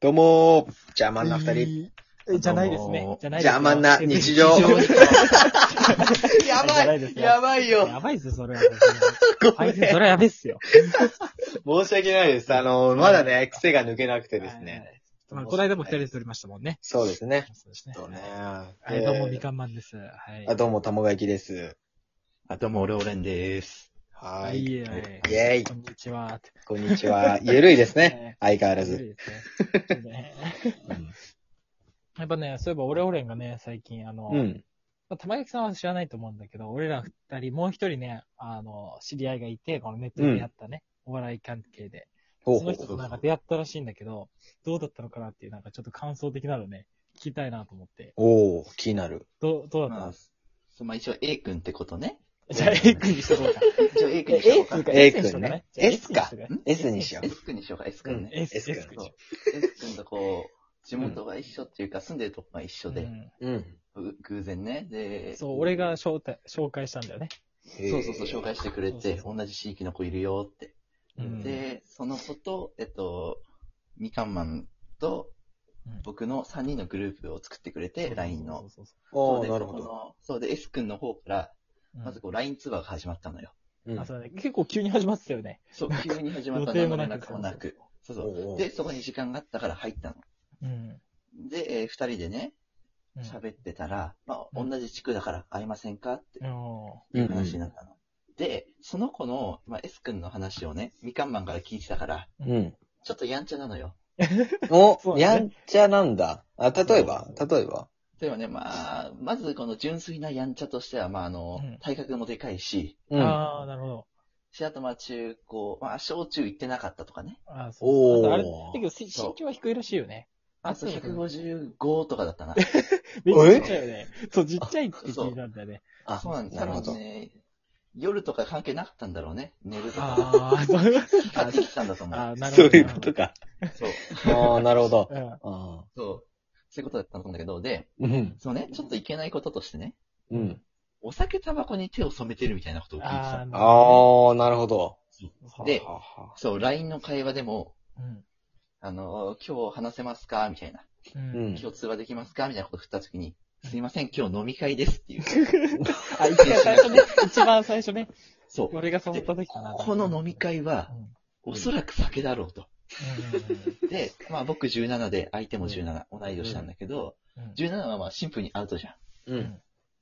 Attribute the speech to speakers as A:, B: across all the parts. A: どうもー、邪魔な二人。
B: えじゃないですね。じゃないです
A: 邪魔 な日常。や
B: ば
A: ば
B: い
A: いやばいよ
B: やばいっすよ、それは。
A: ご
B: あ
A: め
B: い
A: ん
B: つ、それはやべっすよ。
A: 申し訳ないです。あのー、まだね、癖が抜けなくてですね。
B: はい。まあ、この間も二人で撮りましたもんね。
A: そうですね。
B: そうですね。
A: そうね
B: はい、どうも、みかんマンです。は
A: え
B: い
A: ー。あ、どうも、たもがきです。
C: あ、どうも、俺おれんです。
A: は。
B: はいい、
A: イ
B: いえいえ
A: ェイ
B: こんにちは。
A: こんにちは。ゆるいですね
B: ね。
A: 相変わら
B: ず
A: ず。
B: るいですねね やっぱね、そういえば、オレオレンがね、最近、あの、
A: うん。
B: まあ、玉垣さんは知らないと思うんだけど、俺ら二人、もう一人ね、あの、知り合いがいて、このネットで出会ったね、お笑い関係で。
A: ほう
B: そ
A: ほ
B: の
A: う
B: 人
A: ほ
B: と
A: う
B: なんか出会ったらしいんだけど、どうだったのかなっていう、なんかちょっと感想的なのね、聞きたいなと思って。
A: おー、気になる。
B: どう、どうだった
C: まあ
B: の、
C: そまあ、一応 A 君ってことね。
B: じゃあ、A 君にしとこうか。
C: 一応 A 君にしよ
B: A
C: うか
B: 君。か。
A: A
B: S にしとこうね
A: 君ね S か
B: じゃあ S にしとこうね
A: S にしよう。
C: S 君にしようか、S 君ね。
B: S,
A: S
B: S
A: 君
B: 君。
C: S 君とこう、地元が一緒っていうか、住んでるとこが一緒で、
A: うん。
C: う偶然ね。
B: うん
C: で、
B: そう、俺が紹介紹介したんだよね。
C: そうそうそう、紹介してくれ
B: そう
C: て、
B: そ
C: 同じ地域の子いるよって。
B: うん
C: で、その子と、えっと、みかんマンと
B: うん、
C: 僕の3人のグループを作ってくれて、LINE の。
B: そうそうそう
A: お
C: そう
A: ー、
C: で
A: なるほ
C: そ
A: ど。
C: このそうで、S 君の方から、
B: そう。
C: まずこう、LINE ツアーが始まったのよ。
A: う
B: うん
A: ん
B: あそうだね、結構急に始まってたよね。
C: そう、急に始まった
B: 予定
C: の
B: も
C: も
B: な
C: な
B: く
C: くもなく。そうそう。
A: おーおー
C: で、そこに時間があったから入ったの。
B: うん。
C: で、えー二人でね、
B: うん
C: 喋ってたら、ま
B: う
C: あ、
B: ん
C: 同じ地区だから会いませんかって
B: うん
A: うんうん
C: 話になったの。で、その子の、まあ、S 君の話をね、みかんマンから聞いてたから、
A: うん。
C: ちょっとやんちゃなのよ。
A: お、
B: そうだ
A: や
B: ね
A: んちゃなんだ。あ、例えば例えば
C: でもね、まあ、まずこの純粋なやんちゃとしては、まあ、あの、
B: うん
C: 体格もでかいし、
A: うん。
B: ああ、なるほど。
C: し、あとまあ中高、まあ、小中行ってなかったとかね。
B: ああ、そう。
A: お
B: あとあれだ
A: ー
B: け。ど、身長は低いらしいよね。
C: あと
B: そうだね
C: 155とかだっ たな。
B: めっちゃちっちゃいよね。そう、ちっちゃいって聞いたんだよね。
A: あ
C: そうなんです。
A: なる
C: 多
A: ほど
C: 分。ね、夜とか関係なかったんだろうね。寝るとか。
B: ああ、そう。
C: 買ってきたんだと思う。
B: あーなるほ
A: そう
B: ど。
A: いうことか。
C: そう。
A: ああ、なるほど。
B: うん。
A: あ
C: そう。そういうことだったと思うんだけど、で、
A: ーうん。
C: そのね、ちょっといけないこととしてね、
A: うん。
C: お酒タバコに手を染めてるみたいなことを聞いて
B: あ
C: た。
A: ああ、なるほど。
B: あ
C: で
A: はあはあ
C: そう、LINE の会話でも、
B: うん。
C: あのー今日話せますかみたいな。
B: う。
A: うんん。
C: 今日通話できますかみたいなこと振ったときに、すいません、今日飲み会ですって いう。
B: あ、一番最初ね、一番最初ね、
C: そう。
B: 俺が誘った時かな。
C: この飲み会は
B: うん、
C: おそらく酒だろうと。
B: う
C: で、まあ僕17で、相手も17、同い年なんだけど、
B: んうんうん。
C: 17はまあシンプルにアウトじゃん。
A: うんん。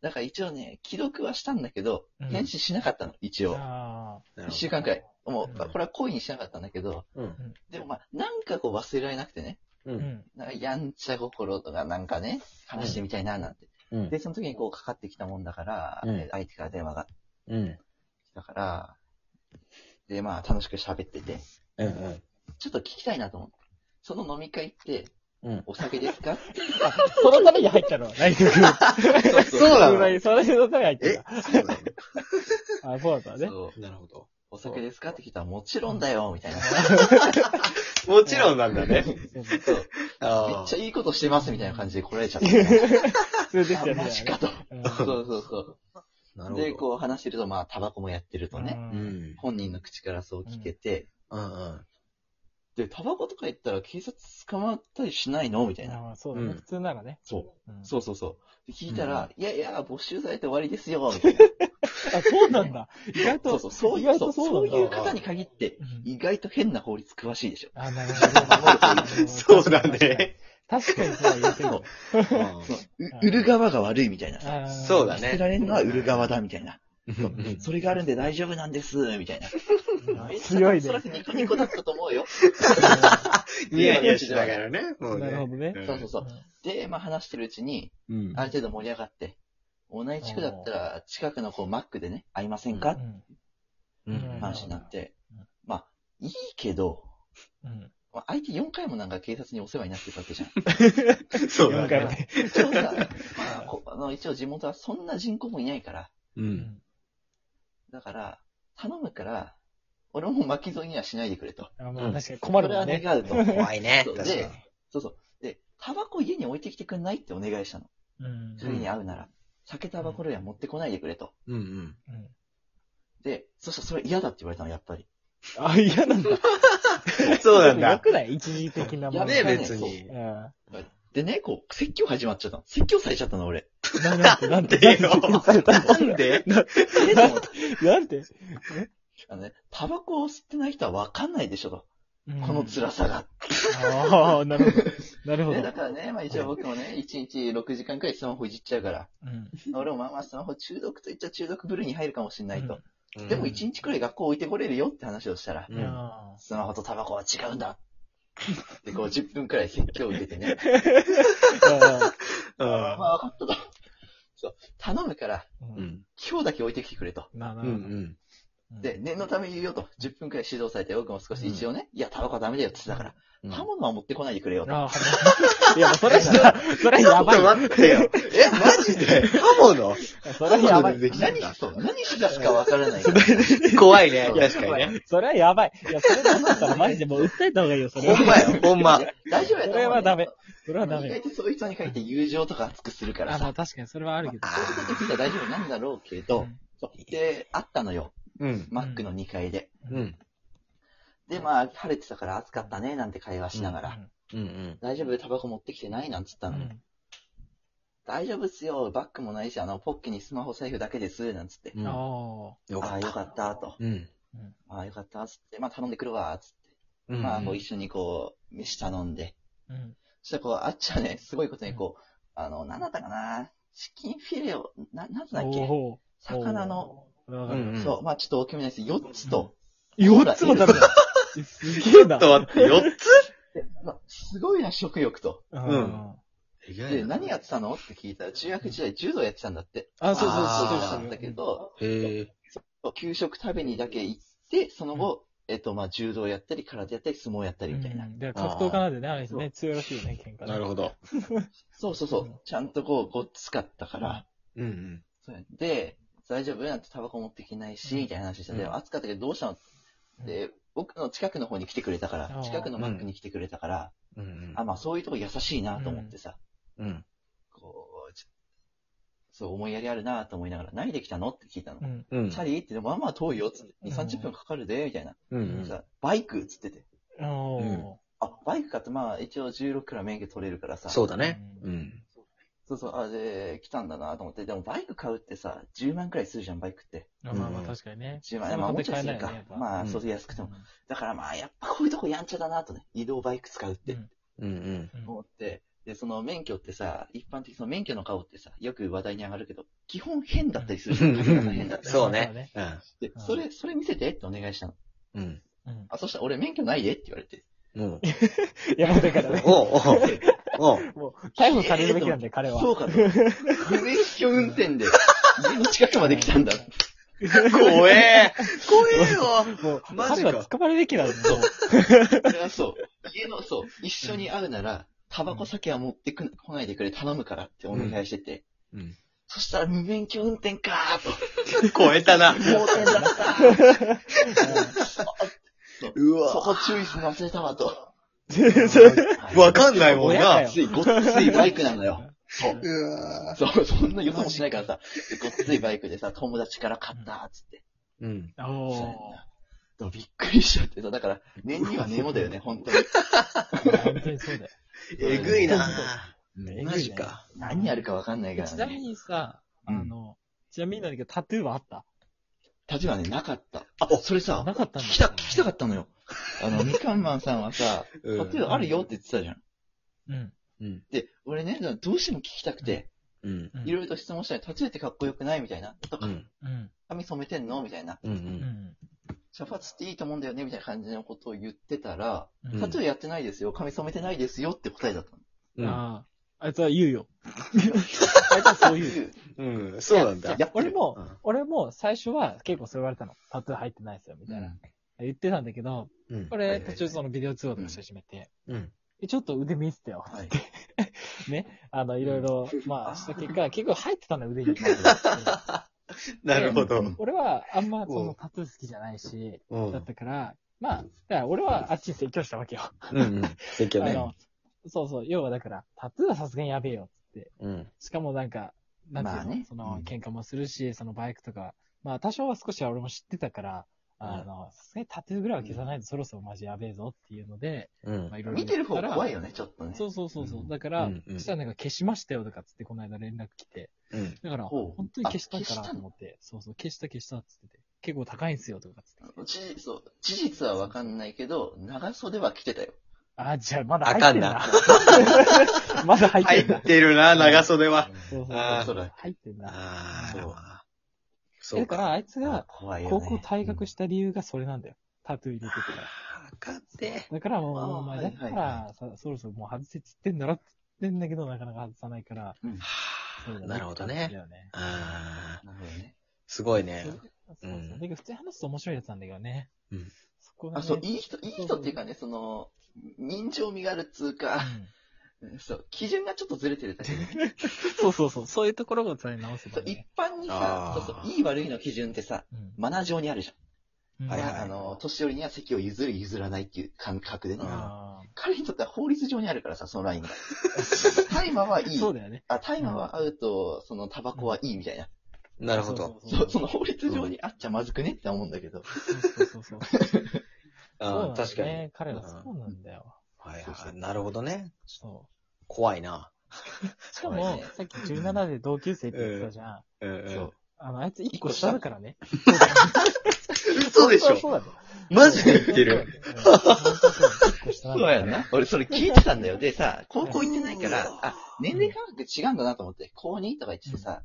C: だから一応ね、既読はしたんだけど
B: うん、
C: 返信しなかったの、一応。
B: あ
A: なるほ
C: 一週間くらい。も
B: うん
C: う、まあこれは恋にしなかったんだけど、
A: ど。うん。
C: でもまあ、なんかこう忘れられなくてね、
A: う。
B: あ。うんん。
C: なんかやんちゃ心とかなんかね、話してみたいななんて。
A: うん。
C: で、その時にこうかかってきたもんだから、
A: うん
C: えー相手から電話が
A: うん。
C: 来たから、で、まあ楽しく喋ってて、
A: うん。うん。
C: ちょっと聞きたいなと思って。その飲み会って、
A: うん。
C: お酒で すか
B: あ、そのために入ったのライト君。
C: そう
A: そうなの
B: のそのために入っ
A: え
B: たのあ、そうだったね。
C: そう
A: なるほど。
C: お酒ですかって聞いたら、もちろんだよ、みたいな。
A: もちろんなんだね。
B: そうそう
C: そうめっ
A: あ
C: ちゃいいことしてます、みたいな感じで来られちゃった。
B: それできた
C: あ
B: よね。
C: マジかと。
B: う。
C: そうんそうそう。
A: あ。なるほど。
C: で、こう話してると、まあ、タバコもやってると
B: う。
C: ね、
A: うんん。うん
C: 本人の口からそう聞けて、
A: うん。
C: で、タバコとか言ったら警察捕まったりしないのみたいな。
B: ああそうだね。
A: うん
B: 普通ならね。
C: そ
B: うん
C: う。そうそうそう。で聞いたら、いやいや、没収されて終わりですよ、み
B: あ、そうなんだ。意
C: たい
B: 外と、
C: な。そうそう、そう
B: 意
C: い
B: 外
C: う、
B: と
C: そう
B: そ
C: そうう
B: なんだ
C: いう方に限って、
B: うん
C: 意外と変な法律詳しいでしょ。
B: あ、なるほど。
A: そうだね。
B: 確かにそうは言うけ
C: そ
B: ど
C: う。
A: うん
C: そうう売る側が悪いみたいな
B: あ
C: さ。
B: ー
A: そうだね
C: 捨てられるのは売る側だ、みたいな。
A: うん
C: それがあるんで大丈夫なんです、みたいな。
B: 強い
C: おそら
B: ね。
C: くニコニコだったと思うよ。
A: ニヤニヤしながらね。もう
B: なるほ
A: ね。
B: どね。
C: そうそうそう。で、まあ話してるうちに、
A: うん
C: ある程度盛り上がって、同じ地区だったら、近くのこうマックでね、会いませんか
B: う
C: っ
B: ん
A: うん
C: て話になって
B: うん、
C: まあ、いいけど、
B: うん。
C: まあ相手4回もなんか警察にお世話になってたわけじゃん。
A: そう
B: 4
A: だ
B: 回ま
A: ね。
B: で。
C: そ うさ、まあ、こあの一応地元はそんな人口もいないから、
A: う。
B: うんん
C: だから、頼むから、俺も巻き添えにはしないでくれと。
B: あまあ確かに困るもん
C: そ
B: ね。
C: れは願うと。
A: 怖いね。
C: そう
A: 確かに
C: で。そうそう。で、タバコ家に置いてきてくんないってお願いしたの。
B: うん
C: 次に会うなら、酒タバコ類は持ってこないでくれと。
A: うん
B: うん
C: で、そしたらそれ嫌だって言われたの、やっぱり。
B: あ、嫌なんだ。
A: そうなん
B: よ
A: だ。
B: くない一時的なもの
A: ね
C: やべえ
A: 別に
B: う。ん。
C: でね、こう、説教始まっちゃったの。説教されちゃったの、俺。
B: ななんて、なんて、
A: でよ
B: なんて
A: なんで
C: えと思って
B: なんて、
C: あのね、タバコを吸ってない人はわかんないでしょと。
B: うん
C: この辛さが。
B: ああ、なるほど。なるほ
C: で、
B: ど
C: だ。からね、まあ一応僕もね、1日6時間くらいスマホいじっちゃうから。
B: うん。
C: 俺もまあまあスマホ中毒といっちゃ中毒部類に入るかもしれないと。
A: うん
C: でも1日くらい学校置いてこれるよって話をしたら、
A: う
B: うん
A: ん。
C: スマホとタバコは違うんだ。で、こう10分くらい説教を受けてね。
A: う
C: まあ
A: ん
C: わかったと。そう。頼むから、
B: うん。
A: う
B: うん
A: ん。
C: 今日だけ置いてきてくれと。
B: なな
A: うん。うん。
C: で、念のため言うよと。10分くらい指導されて、僕も少し一応ね、いや、タバコはダメだよって言ってたから、
A: うん
C: 刃物は持ってこないでくれよと。
B: あ あ、いや、もうそれさ、それやばい
A: ちょっ。と待ってよ。え、マジで刃物
B: それやばい。
A: できたん
C: 何
A: だ
C: し、そう、何しだすかわからないから。
A: 怖いね。確かにね。
B: それはやばい。いや、それだったらマジでもう訴えた方がいいよ、それ
A: ほん
B: は。
A: まよ、ほんま。
C: 大丈夫やと思う、ね。
B: それはダメ。それはダ
C: 意
B: メ
C: 外。とそういう人に限って友情とか熱くするか
B: あ、
C: ら
B: ま
C: さ。
B: あ確かにそれはあるけど。
C: そういうこと聞いたら大丈夫なんだろうけど、そうで、あったのよ。
A: うん。
C: マックの2階で。
A: うん。
C: で、まあ、晴れてたから暑かったね、なんて会話しながら。
A: うん。
C: 大丈夫タバコ持ってきてないなんつったのに。大丈夫っすよ。バッグもないし、あの、ポッケにスマホ財布だけです。なんつって。
A: うん。よ
B: あ
C: あ
A: か
C: あ、
A: っ
C: よ
A: た。
C: かった、と。
A: うん。
C: ああ、よかった、つって。まあ、頼んでくるわ、つって。
A: うん
C: まあ、こう一緒にこう、飯頼んで。
B: あ。うん。
C: そしたらこう、あっちはね、すごいことにこう、あの、なんだったかな。チキンフィレオ、な、なんつうんだっけ
B: お
C: 魚の、。
A: う
B: 4
A: ん
C: そう、まあちょっと大きめです。4つと、
B: つも食 べた。すげ
A: ちょ
B: えな
A: っ。と待って、4つ
C: でまあ、すごいな、食欲と。
B: うん。
C: で、何やってたのって聞いたら、中学時代柔道やってたんだって。
B: あ、そうそう
A: あー
B: そう。
C: な
B: そ
C: ん
B: う
C: だけど、
A: へえ。
C: 給食食べにだけ行って、その後、えっと、まあ柔道やったり、空手やったり、相撲やったりみたいな。
B: うんで格闘家なんでね、あれですね、強いらしいよね、喧嘩。
A: なるほど。
C: そうそうそう。ちゃんとこう、ごっつかったから。
A: うん
C: そうで、大丈夫なんてタバコ持ってきないし、みたいな話してて、
A: うん
C: 暑かったけどどうしたのっ
B: うん
C: て、僕の近くの方に来てくれたから
B: あ、ー
C: 近くのマックに来てくれたから、
A: うん。うん
C: あ、まあそういうとこ優しいなと思ってさ。
A: うん。うん。
C: こう、ちそう、思いやりあるなと思いながら、何で来たのって聞いたの
B: う。ん。
A: うん
C: チャリって、まあまあ遠いよ、つって。
B: う
C: 2、
B: ん
C: 30分かかるで、みたいな。
A: う
C: そし
A: ん
C: たらバイク、つってて。
B: おー。
C: あ、バイクかって、まあ一応16から免許取れるからさ。。
A: そううだね。うん。
C: そうそう、あ、で、来たんだなと思って。でもバイク買うってさ、10万くらいするじゃん、バイクって。
B: まあまあ確かにね。
C: 10万、まあおもちゃするか。ま
A: う
C: あ、
A: ん
C: そうそう安くても。だからまあ、やっぱこういうとこやんちゃだなとね。移動バイク使うって。
A: うん
C: 思って。で、その免許ってさ、一般的にその免許の顔ってさ、よく話題に上がるけど、基本変だったりする じゃ
A: うん
C: ん。髪型変だったり
A: そうね。うん。
C: で、
B: うん
C: それ、それ見せてってお願いしたの。
A: うん。
B: うん。
C: あ、そしたら俺免許ないでって言われて。
A: うん。
B: いや、もうだからね、
A: おうおうおう
B: もう、逮捕されるべきなんだよ、彼は。
C: そうかと。無免許運転で、家の近くまで来た んだ。
A: 怖え怖えよ
B: もう、
A: マジ
B: 彼
A: か
B: は捕まるべきなんだよ。
C: それはそう。家の、そう、一緒に会うなら、タバコ酒は持ってくな来ないでくれ、頼むからってお願いしてて。
A: うん。
C: そしたら無免許運転かーと。
A: 超えたな。
C: 盲点だった
A: う
C: そこ注意するの忘れたわ と。
A: わかんないもん
B: 親か
A: な
B: よ。
C: つい、ごっついバイクなのよ。そう。
A: うわ
C: そう、そんな予想もしないからさ、でごっついバイクでさ、友達から買ったっつって。
A: うん。
B: うん。 おー。
C: でもびっくりしちゃってさ、だから、念には念をだよね、本当に。
B: 本当にそうだよ。
A: えぐいな
B: えぐいね
A: マジか。
C: 何やるかわかんないから
B: ちなみ
C: ね。
B: にさ、あ
C: うん
B: の、ちなみになんだけど、タトゥーはあった
C: 立場ね、なかった。あ、それさ、
B: なかったんだ。
C: 聞きた、聞きたかったのよ。あの、みかんまんさんはさ、
A: う
C: 例
A: ん
C: えばあるよって言ってたじゃん。
B: うん。
A: うん。
C: で、俺ね、どうしても聞きたくて、
A: うん。
B: うん
C: いろいろと質問したら、タトゥーってかっこよくないみたいな。と
A: う
C: か、
A: ん。
B: うん。
C: 髪染めてんのみたいな。
A: うん。う。
B: うんん。
C: 茶髪っていいと思うんだよねみたいな感じのことを言ってたら、
B: うん
C: タトゥーやってないですよ、髪染めてないですよって答えだったの。
A: うん
B: ああ、あいつは言う よ。あいつはそう言う。
A: うん。そうなんだ
B: い。や、俺も、
A: う
B: 俺も最初は結構そう言われたの。タトゥー入ってないですよ、みたいな。言ってたんだけど、
A: ん。
B: こ
C: はい
B: れ
C: はいはい
B: 途中そのビデオ通話とかし始めて、
A: うん。
B: えちょっと腕見せてよ。
C: はい。
B: あの、いろいろ、まあ、した結果、結構入ってたんだよ、腕 に。
A: なるほ
C: う
A: ど
C: ん。
B: 俺はあんまそ
A: お
B: の
A: う
B: タトゥー好きじゃないし、
A: う
B: だっ
A: ん。
B: たから、まあ、だから俺はあっちに説教したわけよ。
A: うんうん。説教
B: あ
A: ね。
B: の、そうそう、要はだから、タトゥーはさすがにやべえよ、つって。
A: うん。
B: しかもなんか、なんていうの、
C: まあね
B: そうの
C: ん、
B: 喧嘩もするし、そのバイクとか、まあ多少は少しは俺も知ってたから、あの、さすがにタトゥーぐらいは消さないとそろそろマジやべえぞっていうので、
A: うん
B: まあ、いろいろ
C: 見てる方怖い
B: よ。
C: よね、ちょっとね。
B: そうそうそうそうう。
A: ん
B: だから
A: うん、うん
B: そしたらなんか消しましたよとかっつって、この間連絡来て。
A: うん。
B: だから、
C: ほう
B: 本当に消したん
C: あ消
B: か
C: し
B: な
C: た
B: と
C: の
B: 思って、そうそう、消した消したっつってて。結構高いんすよとかっつって。
C: 事実そう事実はわかんないけど、長袖は着てたよ。
B: あ、じゃあまだ入ってんな。 まだ入
A: 入
B: ってん
A: っ
B: な。
A: てるな、長袖は。
B: そうそう。
A: あー
C: そうだ。
B: 入ってんな。
A: あ
C: そう
A: あ。そ
B: だ
A: う
B: から、
A: か。
B: あいつが
C: 怖いよ、ね。
B: 高校退学した理由がそれなんだよ。タトゥー入れてたから。
A: 分かって。
B: だからもう、
C: あー
B: お前
C: は
B: だ
C: いはい
B: からさ、そろそろもう外せっつってんだろって言ってんだけど、なかなか外さないから。
C: うん。な
B: そうだね
A: なるほど
B: だ
A: ね。
B: よね。
A: ああ。
C: るほどね。
A: すごい
B: そ
A: ね
B: う。そううんそう。で、普通に話すと面白いやつなんだけどね。
A: うん
B: そこがね。
C: あ、そう、いい人、いい人っていうかね、その、人情味があるっつうか、
B: うん
C: そう、基準がちょっとずれてるだけ で、ね、
B: そうそうそう。そういうところを伝え直せ
C: そ
B: ば
C: う一
B: ね。
C: 般にさ、
A: あ
C: そ
A: ー
C: うそう、いい悪いの基準ってさ、
B: うん
C: マナー上にあるじ
B: うん
C: ゃん。
A: はいはい
C: あの、年寄りには席を譲る譲らないっていう感覚でね。
B: あ
C: 彼にとっては法律上にあるからさ、そのライン が。大麻はい
B: ー
C: い。
B: そうだよね。
C: あ、大麻はアウト、そのタバコはいいみたいな。
A: なるほど。
B: そう
C: そ
B: そうう
C: そ
B: そう。
C: の法律上にあっちゃまずくねって思うんだけど。
B: そうそうそうそう。そう
A: あ
B: なん
A: あ、
B: だよ
A: 確かに。
B: ね。彼らそうなんだよ。
A: はい
C: そうそ
A: は
C: う
A: い。なるほどね。
B: そ
A: 怖いな。
B: う。しか
C: そうだ
B: も
C: ね、
B: さっき17で同級生って言ってたじゃん。
A: うんう
C: そう。
B: あの、あいつ1
C: 個
B: 個
C: 下
B: 下だからね。
A: 嘘でし
B: そう
A: ょ
B: だね。
A: マジで言って
B: うん
A: る。。
B: 本当そう1個下
C: そ
B: なん
C: う
B: だから
C: やな。俺それ聞いてたんだよ。でさ、高校行ってないから
A: うん、
C: あ、年齢感覚違うんだなと思って、高2とか言っててさ、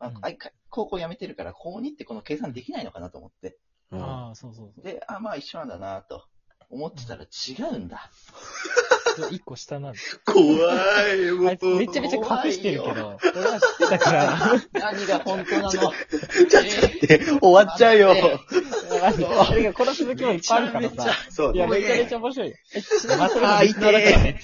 B: うん
C: あ
B: うん
C: あいか高校辞めてるから高2ってこの計算できないのかなと思って。
A: うん
B: ああ、そうそうそう。
C: で、あ、まあ一緒なんだなと思ってたら違うんだ。
B: 1個下なんだよ。
A: 怖い、も
B: あいつめちゃめちゃ隠してるけど、俺は知ってた から。
C: 何が本当なの
A: で終わっちゃうよ。
B: マジで。だからこの続きもいっぱいあるからさ。
A: そう。
B: いや、
A: ごめん
B: めちゃめちゃ面白いよ。え、ちなみにそれ
A: あ
B: が
A: ー、痛
B: リスナーだからね
A: い。